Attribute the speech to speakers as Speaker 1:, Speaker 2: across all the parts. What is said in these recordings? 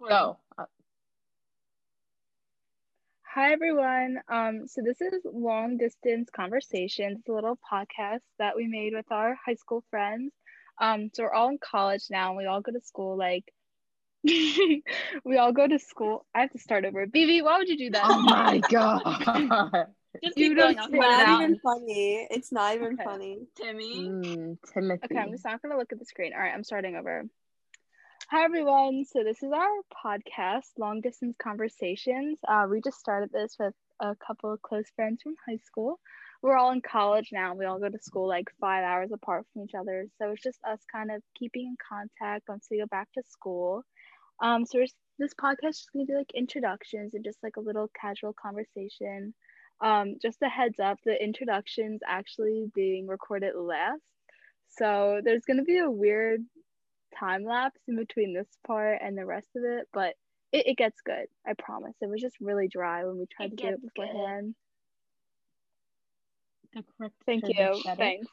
Speaker 1: Go.
Speaker 2: Hi, everyone. Um, so, this is Long Distance Conversations, a little podcast that we made with our high school friends. Um, so, we're all in college now and we all go to school. Like, we all go to school. I have to start over. BB, why would you do that?
Speaker 1: Oh my god.
Speaker 2: Just
Speaker 3: You
Speaker 2: keep
Speaker 3: don't
Speaker 2: going. I'll
Speaker 3: say
Speaker 2: cut it
Speaker 3: that.
Speaker 2: out.
Speaker 4: not even funny. It's not even
Speaker 2: Okay.
Speaker 4: funny.
Speaker 3: Timmy.
Speaker 1: Mm, Timothy.
Speaker 2: Okay, I'm just not going to look at the screen. All right, I'm starting over. Hi, everyone. So, this is our podcast, Long Distance Conversations. Uh, we just started this with a couple of close friends from high school. We're all in college now. We all go to school like five hours apart from each other. So, it's just us kind of keeping in contact once we go back to school. Um, so, we're, this podcast is going to be like introductions and just like a little casual conversation. Um, just a heads up the introductions actually being recorded last. So there's gonna be a weird time lapse in between this part and the rest of it, but it, it gets good. I promise. It was just really dry when we tried
Speaker 3: It
Speaker 2: to do it
Speaker 3: gets good.
Speaker 2: beforehand.
Speaker 3: The correct
Speaker 2: Thank you. Thanks.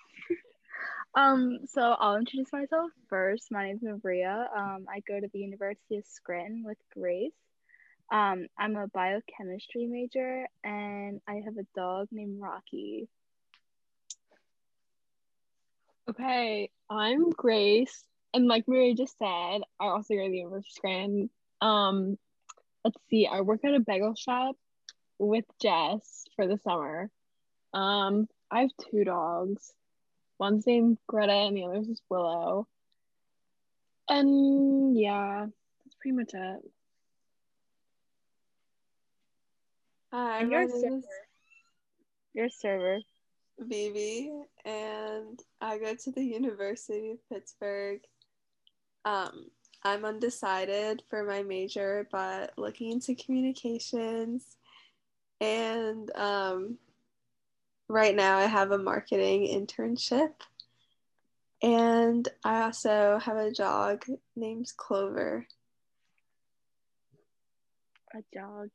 Speaker 2: um, so I'll introduce myself first. My name's Maria. Um, I go to the University of Scranton with Grace. Um, I'm a biochemistry major and I have a dog named Rocky.
Speaker 3: Okay, I'm Grace, and like Maria just said, I also go to the University of Scranton. Um, let's see, I work at a bagel shop with Jess for the summer. Um, I have two dogs. One's named Greta, and the other's is Willow. And yeah, that's pretty much it.
Speaker 4: Hi,
Speaker 2: And
Speaker 4: my
Speaker 2: you're a
Speaker 4: name is
Speaker 2: You're a server.
Speaker 4: Vivi, and I go to the University of Pittsburgh. Um, I'm undecided for my major, but looking into communications. And um, right now, I have a marketing internship. And I also have a dog named Clover.
Speaker 2: A dog.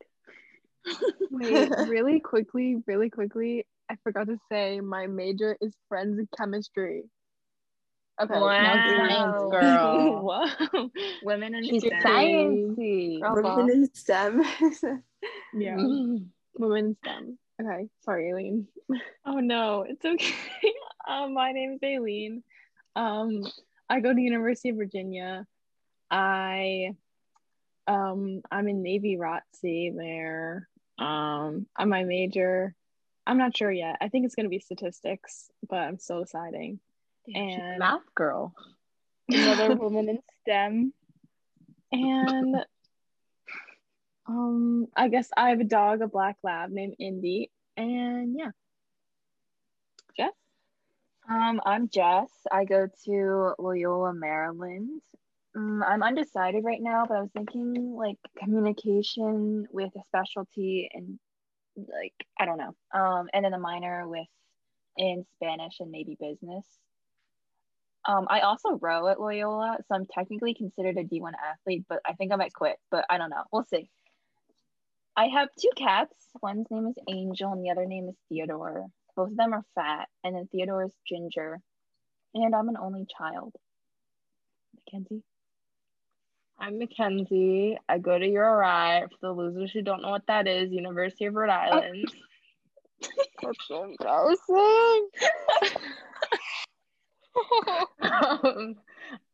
Speaker 3: Wait, really quickly, really quickly, I forgot to say my major is forensic chemistry. Okay, now
Speaker 1: Wow.
Speaker 3: science,
Speaker 1: Girl.
Speaker 3: Whoa.
Speaker 1: Women in
Speaker 3: She's
Speaker 1: STEM.
Speaker 3: sciencey.
Speaker 2: Oh,
Speaker 3: Girl boss.
Speaker 4: Women in STEM.
Speaker 3: Yeah.
Speaker 1: Mm.
Speaker 3: Women's STEM. Okay, sorry, Aileen. Oh no, it's okay. um, my name is Aileen. Um, I go to University of Virginia. I um I'm in Navy ROTC there. Um, I'm my major. I'm not sure yet. I think it's gonna be statistics, but I'm still deciding.
Speaker 1: She's a
Speaker 3: And
Speaker 1: math girl.
Speaker 2: Another woman in STEM.
Speaker 3: and um i guess i have a dog a black lab named indy and yeah jess
Speaker 1: Um, I'm Jess. I go to Loyola, Maryland. Um, I'm undecided right now, but I was thinking like communication with a specialty and like I don't know. Um, and then a minor with in Spanish and maybe business. Um, I also row at Loyola, so I'm technically considered a D1 athlete, but I think I might quit. But I don't know. We'll see. I have two cats. One's name is Angel, and the other name is Theodore. Both of them are fat, and then Theodore is ginger. And I'm an only child. Mackenzie.
Speaker 5: I'm Mackenzie. I go to URI. For the losers who don't know what that is, University of Rhode Island.
Speaker 1: That's so embarrassing.
Speaker 5: um,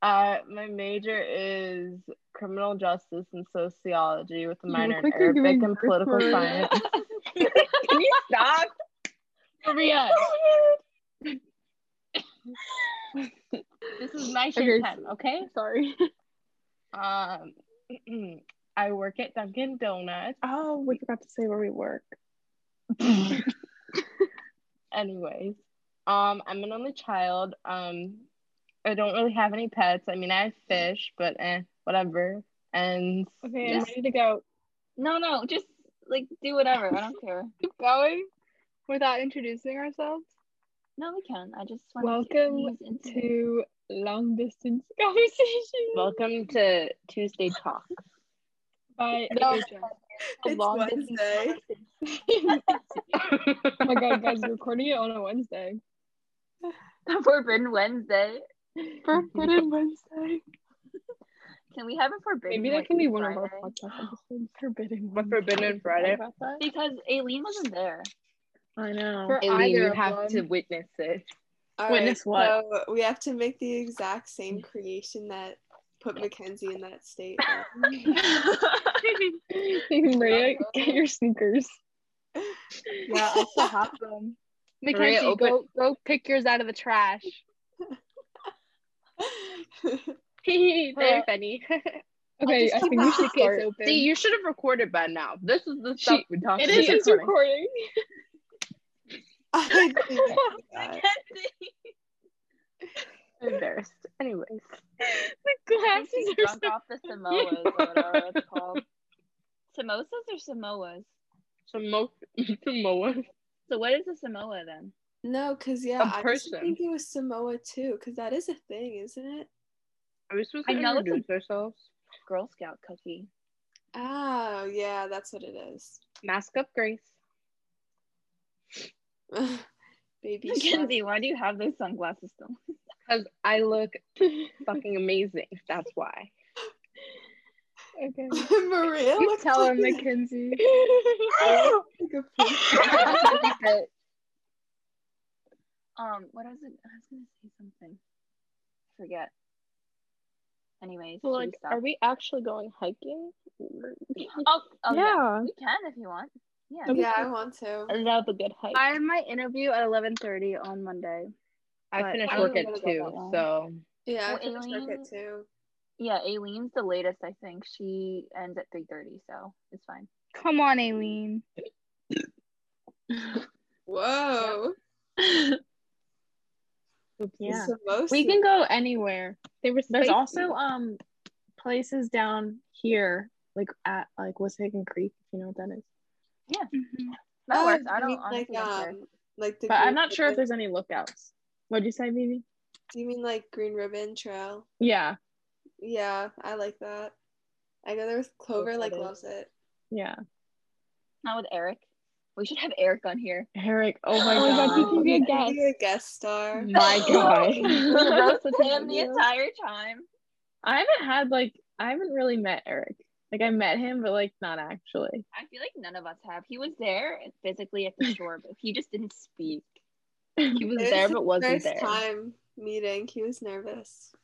Speaker 5: uh, my major is criminal justice and sociology with a
Speaker 3: You
Speaker 5: minor
Speaker 3: look
Speaker 5: in
Speaker 3: like you're
Speaker 5: Arabic
Speaker 3: giving
Speaker 5: and
Speaker 3: birth
Speaker 5: political
Speaker 3: for it.
Speaker 5: science.
Speaker 1: Can you stop?
Speaker 5: Maria, this is my
Speaker 3: Okay,
Speaker 5: shit time, okay?
Speaker 3: sorry
Speaker 5: Um, I work at Dunkin' Donuts.
Speaker 3: oh we forgot to say where we work
Speaker 5: Anyways, um, I'm an only child. Um, I don't really have any pets. I mean, I have fish, but eh, whatever. And
Speaker 3: okay
Speaker 5: yeah.
Speaker 3: i'm ready to go
Speaker 1: No, no, just like do whatever. I don't care.
Speaker 2: Keep going without introducing ourselves.
Speaker 1: No, we can. I just want
Speaker 3: Welcome
Speaker 1: to. ease into-
Speaker 3: to long distance conversation
Speaker 5: welcome to Tuesday Talk.
Speaker 3: by
Speaker 2: No.
Speaker 4: It's
Speaker 3: long
Speaker 4: Wednesday.
Speaker 3: oh my god guys we're recording it on a wednesday
Speaker 1: Forbidden Wednesday.
Speaker 3: forbidden wednesday
Speaker 1: Can we have a forbidden?
Speaker 3: Maybe that
Speaker 1: Whitney
Speaker 3: can be one of our
Speaker 1: Friday?
Speaker 3: podcast episodes. Forbidden.
Speaker 5: But
Speaker 3: One.
Speaker 5: Forbidden Friday.
Speaker 3: About that?
Speaker 1: Because Aileen wasn't there.
Speaker 3: I know.
Speaker 2: For
Speaker 5: Aileen,
Speaker 2: either
Speaker 5: you
Speaker 2: of
Speaker 5: have
Speaker 2: them.
Speaker 5: to witness it.
Speaker 4: All
Speaker 3: Witness what?
Speaker 4: So we have to make the exact same creation that put Mackenzie in that state.
Speaker 3: Maria, get your sneakers.
Speaker 2: Yeah, I still have them. Mackenzie,
Speaker 5: open-
Speaker 2: go go pick yours out of the trash.
Speaker 5: Very
Speaker 2: funny.
Speaker 3: Okay,
Speaker 5: just
Speaker 3: I
Speaker 5: keep
Speaker 3: think
Speaker 5: my
Speaker 3: we should start.
Speaker 2: tickets open.
Speaker 5: See, you should have recorded by now. This is the stuff
Speaker 3: She-
Speaker 5: we talked
Speaker 3: It
Speaker 5: about.
Speaker 3: is it's recording.
Speaker 4: I didn't do that.
Speaker 5: embarrassed. Anyways.
Speaker 2: the
Speaker 1: I think
Speaker 2: glasses
Speaker 1: she's drunk off the Samoas or whatever it's called. Samosas or Samoas?
Speaker 5: Samo- Samoa.
Speaker 1: So what is a Samoa then?
Speaker 4: No, because
Speaker 5: A
Speaker 4: yeah, I used to
Speaker 5: person.
Speaker 4: think it was Samoa too, because that is a thing, isn't it?
Speaker 5: Are we supposed
Speaker 1: I
Speaker 5: to
Speaker 1: know it's a-
Speaker 5: introduce ourselves?
Speaker 1: Girl Scout cookie.
Speaker 4: Oh, yeah, that's what it is.
Speaker 5: Mask up, Grace.
Speaker 4: Baby shark.
Speaker 1: Mackenzie, why do you have those sunglasses still?
Speaker 5: Because I look fucking amazing. That's why.
Speaker 3: Okay.
Speaker 4: Maria
Speaker 3: You
Speaker 4: looks
Speaker 3: tell
Speaker 4: like
Speaker 3: him, Mackenzie.
Speaker 4: like a princess.
Speaker 1: Um, what was it? I was gonna say something. Forget. Anyways,
Speaker 3: So,
Speaker 1: should we
Speaker 3: like,
Speaker 1: stop?
Speaker 3: are we actually going hiking?
Speaker 1: Oh, oh, yeah.
Speaker 3: yeah.
Speaker 1: We can if you want. Yeah.
Speaker 3: Okay.
Speaker 4: Yeah, I want to.
Speaker 3: I love a good hike.
Speaker 2: I have my interview at eleven thirty on Monday.
Speaker 5: I
Speaker 2: But
Speaker 5: finished
Speaker 1: I
Speaker 5: work
Speaker 1: don't
Speaker 5: at
Speaker 1: know about that
Speaker 5: two,
Speaker 1: one.
Speaker 5: so
Speaker 4: Yeah,
Speaker 1: Well,
Speaker 4: I finished work
Speaker 1: Aileen-
Speaker 4: at two.
Speaker 1: Yeah, Aileen's the latest, I think. She ends at 3.30, so it's fine.
Speaker 2: Come on, Aileen.
Speaker 4: Whoa.
Speaker 3: yeah.
Speaker 4: Samosas.
Speaker 3: We can go anywhere.
Speaker 5: they were.
Speaker 3: There's also um places down here, like at like Wissahickon Creek, if you know what that is.
Speaker 1: That
Speaker 4: Oh,
Speaker 1: works.
Speaker 4: you
Speaker 1: I don't
Speaker 4: mean
Speaker 1: honestly
Speaker 4: like,
Speaker 1: don't care.
Speaker 4: um, like the
Speaker 3: But I'm
Speaker 4: Green
Speaker 3: not sure if
Speaker 4: Ribbon-
Speaker 3: there's any lookouts. What'd you say, Mimi?
Speaker 4: Do you mean like Green Ribbon Trail?
Speaker 3: Yeah,
Speaker 4: Yeah, I like that. I go there with Clover, like loves it.
Speaker 3: yeah.
Speaker 1: Not with Eric. We should have Eric on here.
Speaker 3: Eric, oh my
Speaker 5: Oh my
Speaker 3: god.
Speaker 5: God, you can
Speaker 4: You
Speaker 5: be
Speaker 4: Um, can be a guest star.
Speaker 3: My
Speaker 1: we
Speaker 3: god.
Speaker 1: roasted him the entire time.
Speaker 3: I haven't had like I haven't really met Eric. Like I met him, but like not actually.
Speaker 1: I feel like none of us have. He was there physically at the shore, but he just didn't speak.
Speaker 5: He was
Speaker 4: It was
Speaker 5: there
Speaker 4: his
Speaker 5: but wasn't
Speaker 4: First
Speaker 5: there.
Speaker 4: time meeting, he was nervous.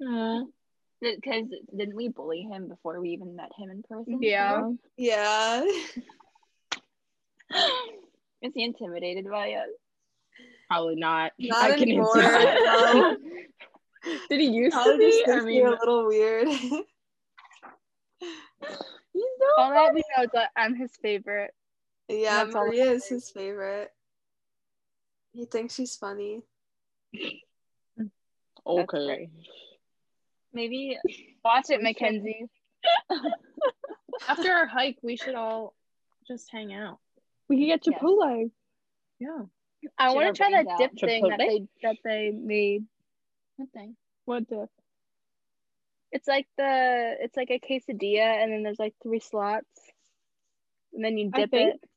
Speaker 1: Because didn't we bully him before we even met him in person?
Speaker 5: Yeah.
Speaker 4: Yeah.
Speaker 1: Is he intimidated by us?
Speaker 5: Probably not.
Speaker 4: Not
Speaker 5: I can
Speaker 4: anymore,
Speaker 5: answer that.
Speaker 3: Did he used to
Speaker 4: Probably just
Speaker 3: be? I
Speaker 4: thinks
Speaker 3: mean,
Speaker 4: you're a little weird.
Speaker 1: He's
Speaker 2: All that we know is that I'm his favorite.
Speaker 4: yeah,
Speaker 2: That's all
Speaker 4: Maria is his favorite. He thinks she's funny.
Speaker 5: okay.
Speaker 1: Maybe
Speaker 2: Watch it,
Speaker 1: We should-
Speaker 2: Mackenzie.
Speaker 3: after our hike, we should all just hang out.
Speaker 5: We can get
Speaker 1: Yes.
Speaker 5: Chipotle.
Speaker 3: Yeah.
Speaker 2: I
Speaker 1: Should
Speaker 2: want
Speaker 1: our
Speaker 2: to try
Speaker 1: brains
Speaker 2: that
Speaker 1: out.
Speaker 2: dip thing that they
Speaker 5: Chipotle?
Speaker 2: that they made. What thing?
Speaker 3: What the?
Speaker 2: It's like the it's like a quesadilla, and then there's like three slots, and then you
Speaker 3: I
Speaker 2: dip
Speaker 3: think-
Speaker 2: it.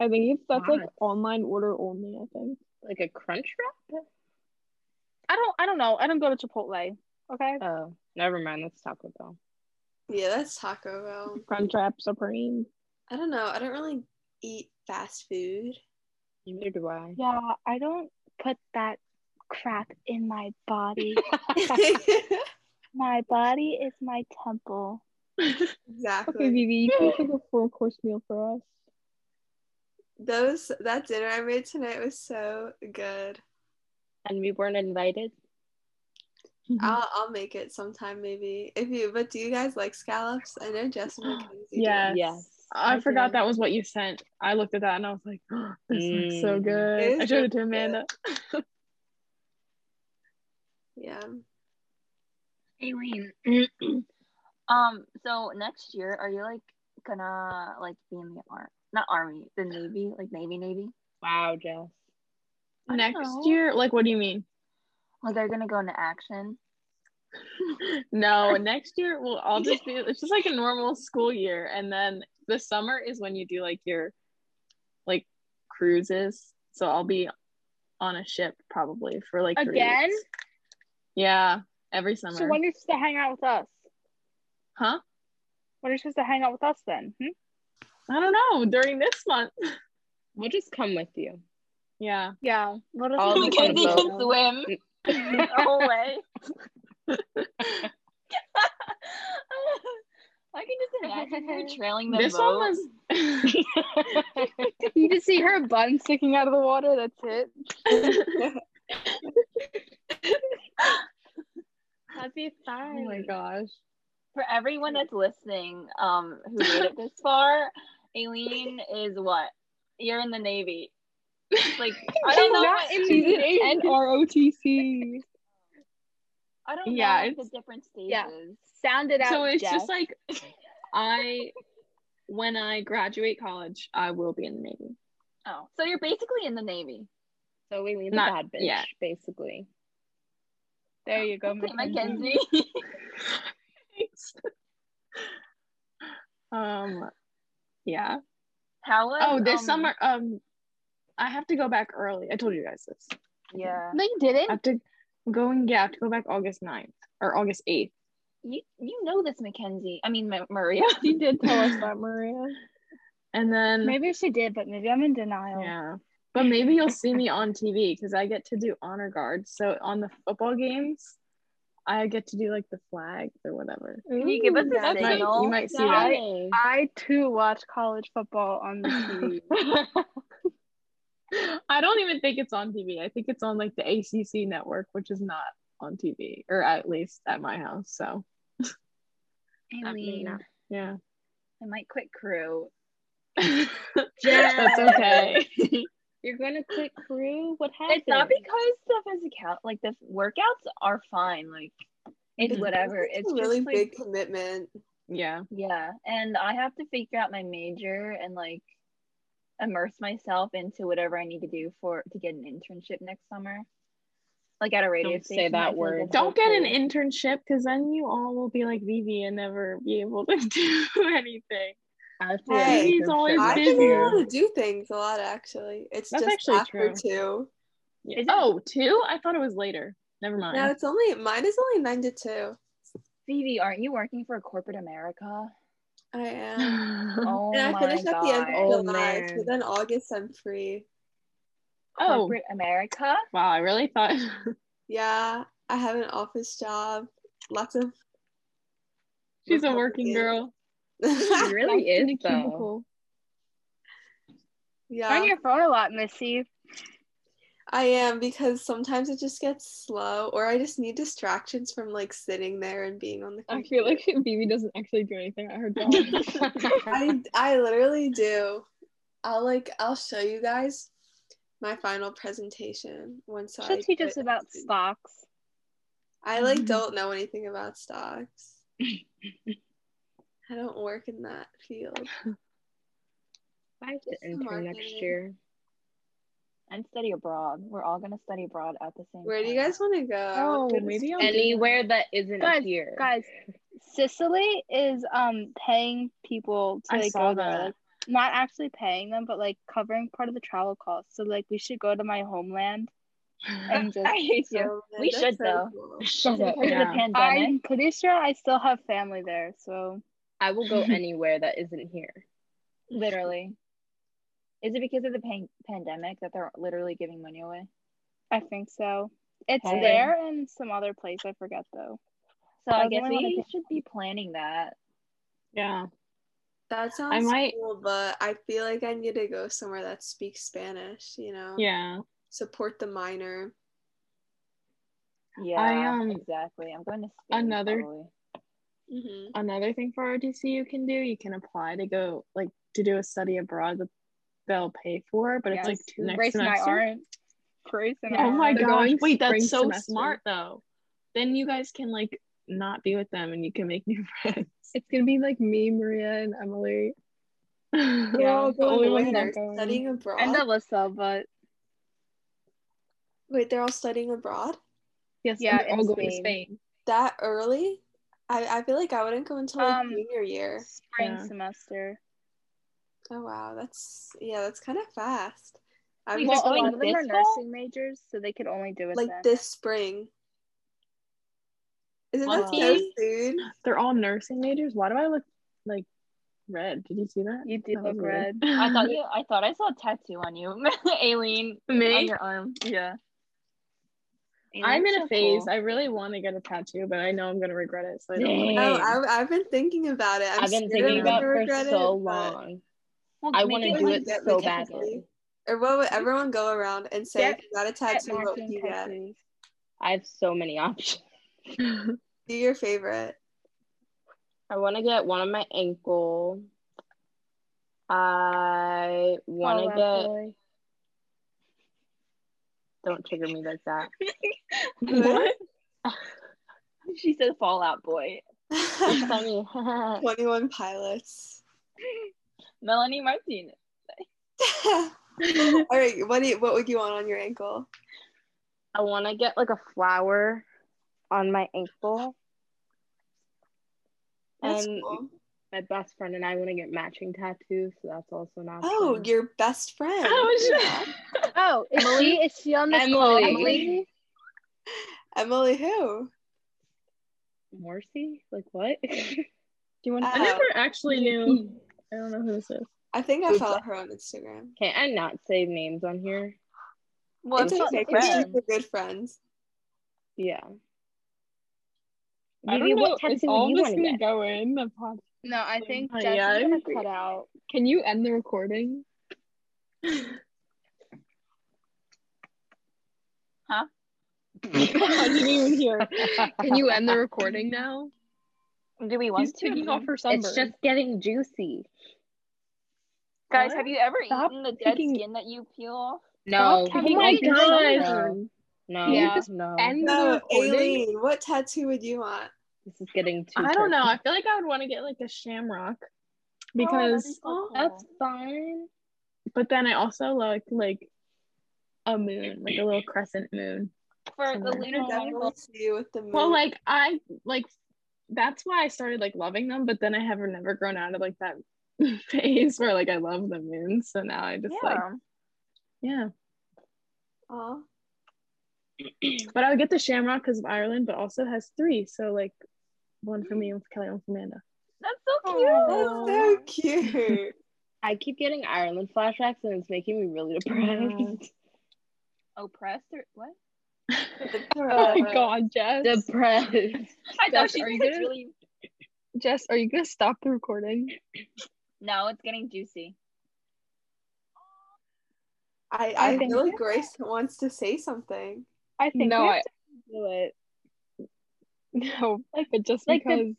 Speaker 3: I think it's that's like
Speaker 5: Nice.
Speaker 3: online order only. I think.
Speaker 5: Like a crunch wrap?
Speaker 2: I don't I don't know. I don't go to Chipotle. Okay.
Speaker 5: Oh, never mind. That's Taco Bell.
Speaker 4: Yeah, that's Taco Bell.
Speaker 3: Crunchwrap Supreme.
Speaker 4: I don't know. I don't really eat fast food.
Speaker 5: Neither do I.
Speaker 2: Yeah, I don't put that crap in my body. my body is my temple.
Speaker 3: Okay,
Speaker 4: exactly.
Speaker 3: Vivi, you can cook a four course meal for us.
Speaker 4: Those that dinner I made tonight was so good.
Speaker 5: And we weren't invited.
Speaker 4: I'll I'll make it sometime maybe. If you but do you guys like scallops? I know Jess and Mackenzie. do.
Speaker 3: Yeah. Yes.
Speaker 5: Yes.
Speaker 3: I,
Speaker 2: I
Speaker 3: forgot
Speaker 2: do.
Speaker 3: that was what you sent. I looked at that and I was like, this looks so
Speaker 5: Mm.
Speaker 3: good.
Speaker 4: It is
Speaker 3: I showed
Speaker 4: really
Speaker 3: it to Amanda.
Speaker 4: Yeah.
Speaker 1: Aileen. um, so next year, are you like gonna Uh, like be in the army? Not army, the navy, like navy, navy.
Speaker 5: Wow, Jess.
Speaker 1: I don't
Speaker 3: Next
Speaker 1: know.
Speaker 3: year, like, what do you mean?
Speaker 1: Like, are you gonna go into action?
Speaker 3: No, next year will all just be it's just like a normal school year, and then the summer is when you do like your like cruises. So I'll be on a ship probably for like three
Speaker 2: Again?
Speaker 3: weeks. Yeah, every summer.
Speaker 2: She wants to hang out with us.
Speaker 3: Huh?
Speaker 2: When are you supposed to hang out with us then? Hmm?
Speaker 3: I don't know. During this month.
Speaker 5: We'll just come with you.
Speaker 3: Yeah.
Speaker 2: Yeah. Let us
Speaker 1: Oh,
Speaker 5: All
Speaker 2: know
Speaker 5: of
Speaker 2: if
Speaker 5: us on a
Speaker 2: you
Speaker 5: boat.
Speaker 2: know.
Speaker 1: swim no way. I can just imagine her trailing the
Speaker 3: this
Speaker 1: boat.
Speaker 3: one was
Speaker 2: You just see her bun sticking out of the water. That's it. That'd be fun.
Speaker 3: Oh my gosh.
Speaker 1: For everyone that's listening, um, who made it this far, Aileen is what? You're in the Navy. Like I don't know. What,
Speaker 2: She's in NROTC.
Speaker 1: I don't
Speaker 3: yeah,
Speaker 1: know what
Speaker 3: it's-
Speaker 1: the different stages.
Speaker 2: yeah. Sound it out.
Speaker 3: So it's
Speaker 2: Jess.
Speaker 3: just like I when I graduate college, I will be in the Navy.
Speaker 1: Oh, so you're basically in the Navy.
Speaker 5: So we lean the
Speaker 3: Not
Speaker 5: bad bitch,
Speaker 3: yet.
Speaker 5: basically. There you go,
Speaker 1: Okay,
Speaker 5: Mackenzie.
Speaker 1: Mackenzie.
Speaker 3: Um yeah.
Speaker 1: How was?
Speaker 3: Oh, this
Speaker 1: um,
Speaker 3: summer um I have to go back early. I told you guys this.
Speaker 1: Yeah.
Speaker 2: no, you
Speaker 1: Oh.
Speaker 3: I
Speaker 2: didn't.
Speaker 3: have to go and yeah, I have to go back August 9th or August 8th.
Speaker 1: You you know this, Mackenzie. I mean Ma- Maria.
Speaker 3: You did
Speaker 2: tell us that, Maria.
Speaker 3: And then
Speaker 2: Maybe she did, but maybe I'm in denial.
Speaker 3: yeah. But maybe you'll see me on TV because I get to do honor guard. So on the football games, I get to do like the flags or whatever.
Speaker 1: Can you give us a
Speaker 3: might- you
Speaker 1: signal?
Speaker 3: might see that.
Speaker 1: Yay.
Speaker 2: I too watch college football on the TV.
Speaker 3: I don't even think it's on TV. I think it's on like the ACC network, which is not on TV, or at least at my house. So
Speaker 1: Aileen,
Speaker 2: not.
Speaker 3: yeah,
Speaker 1: I might quit crew.
Speaker 3: that's okay.
Speaker 5: You're gonna quit crew? What happened?
Speaker 1: It's not because the physical, like the workouts are fine. Like it's whatever. It's
Speaker 4: a really
Speaker 1: just like,
Speaker 4: big commitment.
Speaker 3: yeah,
Speaker 1: yeah. And I have to figure out my major and like immerse myself into whatever I need to do for to get an internship next summer. Like at a radio
Speaker 5: Don't say
Speaker 1: station.
Speaker 5: that
Speaker 1: I feel like
Speaker 5: word.
Speaker 1: that's so
Speaker 3: don't get an
Speaker 1: cool.
Speaker 3: internship because then you all will be like Vivi and never be able to do anything.
Speaker 5: I have to
Speaker 4: Hey,
Speaker 5: leave
Speaker 3: he's
Speaker 5: the
Speaker 3: always
Speaker 5: trip.
Speaker 4: I've been
Speaker 3: busier.
Speaker 4: able to do things a lot actually. It's
Speaker 3: That's
Speaker 4: just
Speaker 3: actually
Speaker 4: after
Speaker 3: true.
Speaker 4: two.
Speaker 3: Yeah.
Speaker 1: Is it-
Speaker 3: Oh, two? I thought it was later. Never mind.
Speaker 4: No, it's only mine is only nine to two.
Speaker 1: Phoebe, aren't you working for corporate America?
Speaker 4: I am.
Speaker 3: oh,
Speaker 1: Oh
Speaker 4: and I
Speaker 1: my
Speaker 4: finish
Speaker 1: god.
Speaker 4: at the end
Speaker 5: Oh,
Speaker 4: of July,
Speaker 5: man.
Speaker 4: so then August I'm free.
Speaker 1: corporate America?
Speaker 3: wow. Oh, I really thought.
Speaker 4: Yeah, I have an office job. Lots of
Speaker 3: She's a working girl.
Speaker 5: She really
Speaker 3: In a
Speaker 5: is though.
Speaker 3: cubicle.
Speaker 2: You're
Speaker 4: yeah,
Speaker 2: on your phone a lot, Missy.
Speaker 4: I am because sometimes it just gets slow, or I just need distractions from like sitting there and being on the.
Speaker 3: I
Speaker 4: Computer.
Speaker 3: feel like Phoebe doesn't actually do anything at her job.
Speaker 4: I I literally do. I'll like I'll show you guys my final presentation once I
Speaker 2: She'll teach
Speaker 4: quit.
Speaker 2: us about stocks.
Speaker 4: I like don't know anything about stocks. I don't work in that field.
Speaker 5: I have to
Speaker 4: Just the
Speaker 5: intern next
Speaker 4: marketing.
Speaker 5: year.
Speaker 1: And study abroad. We're all gonna study abroad at the same
Speaker 4: Where do
Speaker 1: time.
Speaker 4: you guys want to go?
Speaker 3: oh, maybe I'll do
Speaker 5: Anywhere that isn't
Speaker 2: Guys,
Speaker 5: here.
Speaker 2: Guys, Sicily is um paying people to
Speaker 3: I
Speaker 2: like
Speaker 3: saw
Speaker 2: go there.
Speaker 3: that.
Speaker 2: Like, not actually paying them, but like covering part of the travel costs. So like we should go to my homeland
Speaker 3: that.
Speaker 2: and just
Speaker 1: I hate you.
Speaker 4: Oh, man,
Speaker 1: We
Speaker 4: that's
Speaker 1: should,
Speaker 4: so
Speaker 1: though.
Speaker 4: cool.
Speaker 5: Shut
Speaker 1: because
Speaker 5: up.
Speaker 1: of the
Speaker 3: Yeah.
Speaker 1: pandemic.
Speaker 2: I'm pretty sure I still have family there, so
Speaker 5: I will go anywhere that isn't here.
Speaker 1: Literally. Is it because of the pan- pandemic that they're literally giving money away?
Speaker 2: I think so. It's
Speaker 1: Hey.
Speaker 2: there and some other place I forget though.
Speaker 1: So I
Speaker 2: Oh,
Speaker 1: guess
Speaker 2: then we wanna
Speaker 1: we
Speaker 2: go-
Speaker 1: should be planning that.
Speaker 3: Yeah.
Speaker 4: That sounds
Speaker 3: might-
Speaker 4: cool, but I feel like I need to go somewhere that speaks Spanish, you know?
Speaker 3: Yeah.
Speaker 4: Support the minor.
Speaker 1: Yeah,
Speaker 3: um,
Speaker 1: exactly. I'm going to Spain.
Speaker 3: another-
Speaker 1: probably.
Speaker 4: Mm-hmm.
Speaker 3: Another thing for RDC you can do, you can apply to go like to do a study abroad that they'll pay for, but it's like two, next
Speaker 2: Grace and I
Speaker 3: semester.
Speaker 2: aren't. Grace and I
Speaker 3: Oh my
Speaker 2: aren't.
Speaker 3: gosh!
Speaker 5: They're going
Speaker 3: Wait, that's
Speaker 5: spring
Speaker 3: so
Speaker 5: semester.
Speaker 3: smart though. Then you guys can like not be with them, and you can make new friends.
Speaker 5: It's gonna be like me, Maria, and Emily.
Speaker 2: Yeah,
Speaker 4: all
Speaker 2: the
Speaker 3: Oh,
Speaker 2: only ones
Speaker 4: going
Speaker 2: not
Speaker 4: there,
Speaker 2: going.
Speaker 4: studying abroad.
Speaker 2: And Alyssa, but
Speaker 4: Wait, they're all studying abroad
Speaker 5: Yes,
Speaker 2: Yeah,
Speaker 5: we're all
Speaker 2: in
Speaker 5: going to
Speaker 2: Spain.
Speaker 5: Spain.
Speaker 4: that early? I, I feel like I wouldn't go until like
Speaker 2: Um,
Speaker 4: junior year.
Speaker 2: spring
Speaker 3: Yeah.
Speaker 2: semester.
Speaker 4: Oh wow, that's yeah, that's kind of fast. I
Speaker 1: Wait,
Speaker 4: was
Speaker 2: Well,
Speaker 1: they're
Speaker 2: a
Speaker 1: going
Speaker 2: lot of them are
Speaker 1: this fall?
Speaker 2: nursing majors, so they could only do it
Speaker 4: like
Speaker 2: then.
Speaker 4: this spring. Isn't that so
Speaker 5: Lucky.
Speaker 4: soon?
Speaker 3: They're all nursing majors. Why do I look like red? Did you see that?
Speaker 2: You do
Speaker 3: That
Speaker 2: look
Speaker 3: was weird.
Speaker 2: red.
Speaker 1: I thought you. I thought I saw a tattoo on you, Aileen, on
Speaker 3: Me?
Speaker 1: your arm. Yeah.
Speaker 3: I'm
Speaker 2: Aliens
Speaker 3: in
Speaker 2: are
Speaker 3: a phase.
Speaker 2: cool.
Speaker 3: I really want to get a tattoo, but I know I'm gonna regret it. So I don't
Speaker 5: Dang.
Speaker 3: wanna-
Speaker 4: Oh, I, I've been thinking about it. I'm
Speaker 5: I've been
Speaker 4: scared
Speaker 5: thinking
Speaker 4: I'm
Speaker 5: about
Speaker 4: gonna
Speaker 5: it for
Speaker 4: regret it,
Speaker 5: so
Speaker 4: but-
Speaker 5: long.
Speaker 1: Well,
Speaker 5: I
Speaker 1: make
Speaker 5: wanna
Speaker 1: it
Speaker 5: do
Speaker 1: like
Speaker 5: it
Speaker 4: get
Speaker 5: so
Speaker 4: me
Speaker 5: badly.
Speaker 4: tattooed. Or what would everyone go around and say
Speaker 2: Get-
Speaker 4: if you got a
Speaker 2: Get
Speaker 4: tattoo? What would
Speaker 2: matching
Speaker 4: you get?
Speaker 2: tattoos.
Speaker 5: I have so many options.
Speaker 4: Do your favorite.
Speaker 5: I wanna get one on my ankle. I
Speaker 2: Fall
Speaker 5: wanna
Speaker 2: Out
Speaker 5: get
Speaker 2: Boy.
Speaker 5: don't trigger me like that.
Speaker 4: What?
Speaker 1: she said Fallout Boy.
Speaker 5: That's funny.
Speaker 4: Twenty One Pilots.
Speaker 1: Melanie Martinez.
Speaker 4: All right, what do you, what would you want on your ankle?
Speaker 5: I wanna get like a flower on my ankle.
Speaker 4: That's
Speaker 5: and
Speaker 4: cool.
Speaker 5: my best friend and I want to get matching tattoos, so that's also not.
Speaker 4: Oh, your best friend.
Speaker 2: Oh, is she is she on this call?
Speaker 5: Emily.
Speaker 2: Emily?
Speaker 4: Emily who?
Speaker 5: Morsi? Like what?
Speaker 3: Do you want? I
Speaker 4: Uh,
Speaker 3: never actually knew. I don't know who this is.
Speaker 4: I think I
Speaker 5: Who's
Speaker 4: follow her on Instagram.
Speaker 5: Can't I not say names on here?
Speaker 1: Well,
Speaker 4: it's
Speaker 1: it's not
Speaker 4: okay.
Speaker 1: your
Speaker 4: It's just
Speaker 1: friend.
Speaker 4: the good friends.
Speaker 5: Yeah.
Speaker 3: I
Speaker 5: Vivi,
Speaker 3: don't know.
Speaker 5: what
Speaker 3: Is
Speaker 5: tattoo would
Speaker 3: all
Speaker 5: you
Speaker 3: this
Speaker 5: wanna
Speaker 3: gonna
Speaker 5: get? Oh,
Speaker 3: go in the podcast?
Speaker 2: No, I think
Speaker 3: Hi,
Speaker 2: Jess
Speaker 3: Oh, yeah,
Speaker 2: is
Speaker 3: I'm
Speaker 2: gonna
Speaker 3: agree.
Speaker 2: cut out.
Speaker 3: Can you end the recording?
Speaker 1: Huh?
Speaker 3: I didn't even hear. Can you end the recording now?
Speaker 1: Do we want
Speaker 3: She's
Speaker 1: to?
Speaker 3: taking off her sunburn.
Speaker 5: It's just getting juicy.
Speaker 1: Guys,
Speaker 3: What?
Speaker 1: have you ever
Speaker 3: Stop
Speaker 1: eaten the dead
Speaker 3: picking-
Speaker 1: skin that you peel off?
Speaker 5: No.
Speaker 3: Stop
Speaker 5: oh
Speaker 3: taking
Speaker 5: my
Speaker 3: off your
Speaker 5: god. No.
Speaker 3: sunburn.
Speaker 5: No.
Speaker 3: Can
Speaker 2: you
Speaker 5: Yeah.
Speaker 2: just
Speaker 5: no.
Speaker 3: End the
Speaker 4: No,
Speaker 3: recording.
Speaker 4: Aileen, what tattoo would you want?
Speaker 5: This is getting too.
Speaker 3: I don't know.
Speaker 5: personal.
Speaker 3: I feel like I would want to get like a shamrock
Speaker 1: Oh, that'd be
Speaker 3: because,
Speaker 1: so cool.
Speaker 5: That's fun.
Speaker 3: but then I also like like a moon, like a little crescent moon.
Speaker 1: for the
Speaker 3: somewhere.
Speaker 1: lunar
Speaker 4: Definitely
Speaker 1: chronicles.
Speaker 4: see you with the moon.
Speaker 3: Well, like I like that's why I started like loving them, but then I have never grown out of like that phase where like I love the moon. So now I just like yeah.
Speaker 1: Yeah.
Speaker 4: Aw.
Speaker 3: But I would get the shamrock because of Ireland, but also has three. So like one for me, one for Kelly, one for Amanda.
Speaker 1: That's so cute.
Speaker 4: that's so cute.
Speaker 5: I keep getting Ireland flashbacks, and it's making me really depressed.
Speaker 1: Oppressed or what?
Speaker 3: Oh
Speaker 4: Alright.
Speaker 3: my god, Jess.
Speaker 5: depressed.
Speaker 1: I thought
Speaker 3: Jess,
Speaker 1: she
Speaker 3: are you
Speaker 1: was
Speaker 3: gonna-
Speaker 1: really.
Speaker 3: Jess, are you gonna stop the recording?
Speaker 1: No, it's getting juicy.
Speaker 4: I,
Speaker 2: I
Speaker 4: I,
Speaker 2: think-
Speaker 4: feel like Grace wants to say something.
Speaker 2: I think
Speaker 3: No,
Speaker 2: we
Speaker 3: I-
Speaker 2: have to do it.
Speaker 3: No, but just
Speaker 2: like the-
Speaker 3: because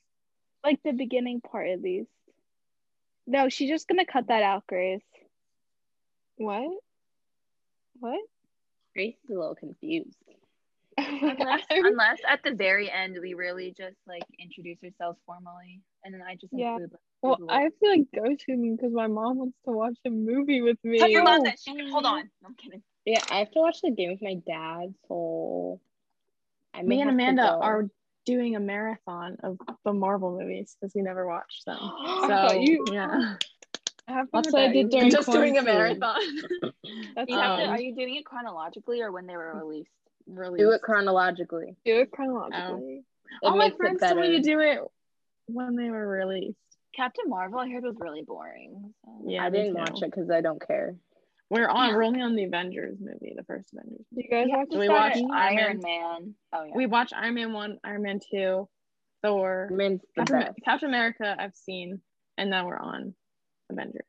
Speaker 2: Like the beginning part at least. No, she's just gonna cut that out, Grace.
Speaker 3: what?
Speaker 2: What?
Speaker 5: Grace is a little confused.
Speaker 1: Unless, unless at the very end we really just like introduce ourselves formally, and then I just
Speaker 3: Yeah.
Speaker 1: include. like,
Speaker 3: Well,
Speaker 1: Google.
Speaker 3: I have to like go to them because my mom wants to watch a movie with me.
Speaker 1: Tell your mom that she can hold on. No, I'm kidding.
Speaker 5: Yeah, I have to watch the game with my dad, so I may
Speaker 3: me and
Speaker 5: have to
Speaker 3: Amanda
Speaker 5: go.
Speaker 3: are doing a marathon of the Marvel movies because we never watched them.
Speaker 2: I
Speaker 3: So
Speaker 5: Oh,
Speaker 2: thought you-
Speaker 3: yeah,
Speaker 2: Have fun
Speaker 3: that's
Speaker 2: with
Speaker 3: what I
Speaker 2: that.
Speaker 3: did during
Speaker 5: Just doing a
Speaker 3: quarantine.
Speaker 2: That's
Speaker 1: You have to,
Speaker 5: Um,
Speaker 1: are you doing it chronologically or when they were released?
Speaker 3: Really,
Speaker 5: Do it chronologically.
Speaker 2: do it chronologically.
Speaker 5: It
Speaker 3: All my
Speaker 5: makes it
Speaker 3: friends told me
Speaker 5: better.
Speaker 3: to do it when they were released.
Speaker 1: Captain Marvel, I heard was really boring. so-
Speaker 3: Yeah,
Speaker 5: I
Speaker 3: me
Speaker 5: didn't
Speaker 3: too.
Speaker 5: watch it because I don't care.
Speaker 3: We're on. We're only on the Avengers movie, the first Avengers.
Speaker 2: You guys
Speaker 1: You have
Speaker 2: have
Speaker 1: to
Speaker 2: to
Speaker 3: we
Speaker 1: start
Speaker 2: start.
Speaker 3: watched
Speaker 1: Iron Man. Oh yeah.
Speaker 3: We watched Iron Man one, Iron Man two, Thor,
Speaker 5: Min's the
Speaker 3: Captain,
Speaker 5: best.
Speaker 3: Captain America. I've seen, and now we're on Avengers.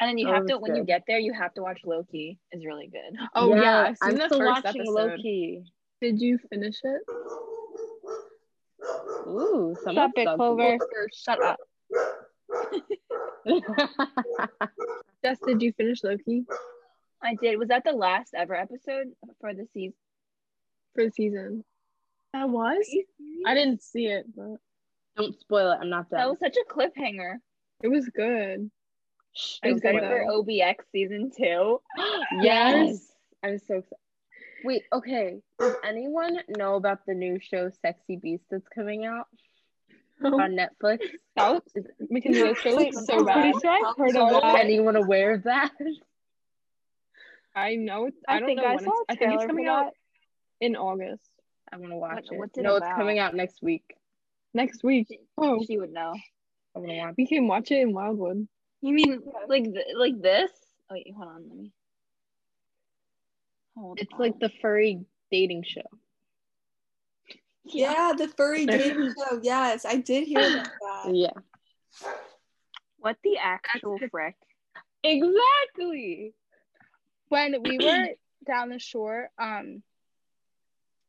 Speaker 1: and then you
Speaker 5: that
Speaker 1: have to
Speaker 5: was
Speaker 1: when you
Speaker 5: good.
Speaker 1: get there, you have to watch Loki. Is really good.
Speaker 3: Oh yeah, I've
Speaker 5: am
Speaker 3: seen the
Speaker 5: still
Speaker 3: first
Speaker 5: watching
Speaker 3: episode.
Speaker 5: Loki.
Speaker 3: Did you finish it?
Speaker 5: Ooh, someone
Speaker 2: Stop it,
Speaker 5: sucks.
Speaker 2: Clover.
Speaker 1: Shut up.
Speaker 3: Jess, did you finish Loki
Speaker 1: I did. Was that the last ever episode for the season?
Speaker 3: for the season? That was. I didn't see it, but
Speaker 5: don't spoil it. I'm not
Speaker 1: That
Speaker 5: done.
Speaker 1: was such a cliffhanger.
Speaker 3: it was good.
Speaker 5: Shh,
Speaker 1: Are you
Speaker 5: I'm so
Speaker 1: excited for
Speaker 5: excited.
Speaker 1: OBX season two?
Speaker 5: Yes, I'm so excited. Wait, okay. Does anyone know about the new show Sexy Beast that's coming out on Netflix?
Speaker 2: That was
Speaker 5: Is
Speaker 2: because that show
Speaker 4: Wait,
Speaker 2: was
Speaker 4: I'm
Speaker 2: so
Speaker 4: pretty
Speaker 2: bad.
Speaker 4: sure I've heard
Speaker 2: heard
Speaker 4: of
Speaker 2: of
Speaker 4: that.
Speaker 2: that.
Speaker 5: anyone aware of that?
Speaker 3: I know. It's,
Speaker 2: I,
Speaker 3: I don't
Speaker 2: think
Speaker 3: know
Speaker 2: I
Speaker 3: when
Speaker 2: saw
Speaker 3: it's.
Speaker 2: a
Speaker 3: I think
Speaker 2: trailer
Speaker 3: it's coming
Speaker 2: for
Speaker 3: out
Speaker 2: that.
Speaker 3: in August.
Speaker 5: I want to watch
Speaker 1: What- what's
Speaker 5: it.
Speaker 1: it
Speaker 5: no,
Speaker 1: about?
Speaker 5: it's coming out next week.
Speaker 3: Next week. Oh,
Speaker 1: She would know.
Speaker 5: I want to watch.
Speaker 3: we can watch it in Wildwood.
Speaker 1: You mean like th- like this? Oh, Wait, hold on. Let me. Hold
Speaker 5: It's
Speaker 1: on.
Speaker 5: like the furry dating show.
Speaker 4: Yeah, the furry dating show. Yes, I did hear about that.
Speaker 5: Yeah.
Speaker 1: what the actual frick?
Speaker 5: Exactly.
Speaker 2: when we were down the shore, um,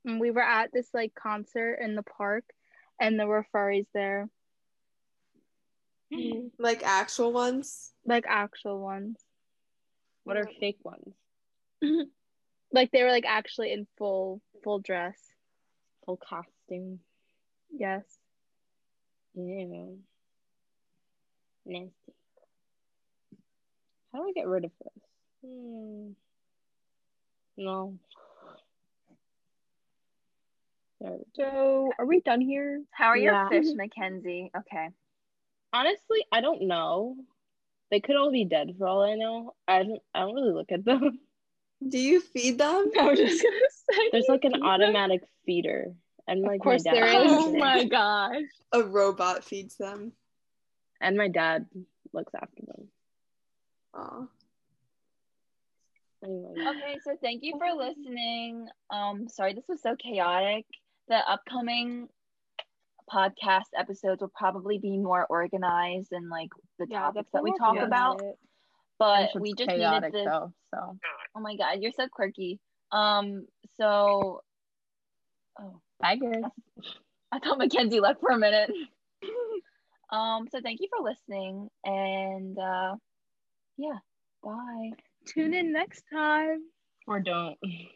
Speaker 2: and we were at this like concert in the park, and there were furries there,
Speaker 4: Like actual ones.
Speaker 2: like actual ones.
Speaker 5: What are fake ones?
Speaker 2: Like they were like actually in full full dress.
Speaker 5: Full costume.
Speaker 2: Yes.
Speaker 5: Ew. Nasty. How do I get rid of this? Hmm. No. There we go.
Speaker 3: So, are we done here?
Speaker 1: How are your
Speaker 2: Yeah.
Speaker 1: fish, Mackenzie? Okay.
Speaker 5: Honestly, I don't know. They could all be dead for all I know. I don't. I don't really look at them.
Speaker 4: Do you feed them?
Speaker 2: I was just gonna say.
Speaker 5: There's like an automatic feeder, and like
Speaker 2: course
Speaker 5: my dad.
Speaker 2: there
Speaker 5: feeds
Speaker 2: is.
Speaker 3: Oh
Speaker 5: it.
Speaker 3: my gosh.
Speaker 4: A robot feeds them.
Speaker 5: And my dad looks after them.
Speaker 4: Aw.
Speaker 5: Anyway,
Speaker 1: Okay, so thank you for listening. Um, sorry this was so chaotic. The upcoming podcast episodes will probably be more organized and like the topics that we talk
Speaker 5: organized.
Speaker 1: about.
Speaker 5: Friendship's
Speaker 1: But we just needed
Speaker 5: chaotic
Speaker 1: this.
Speaker 5: though, so
Speaker 1: Oh my god, you're so quirky. Um, so oh,
Speaker 5: I guess.
Speaker 1: I thought Mackenzie left for a minute. um, so thank you for listening, and uh, yeah, bye.
Speaker 2: Tune in next time.
Speaker 5: Or don't.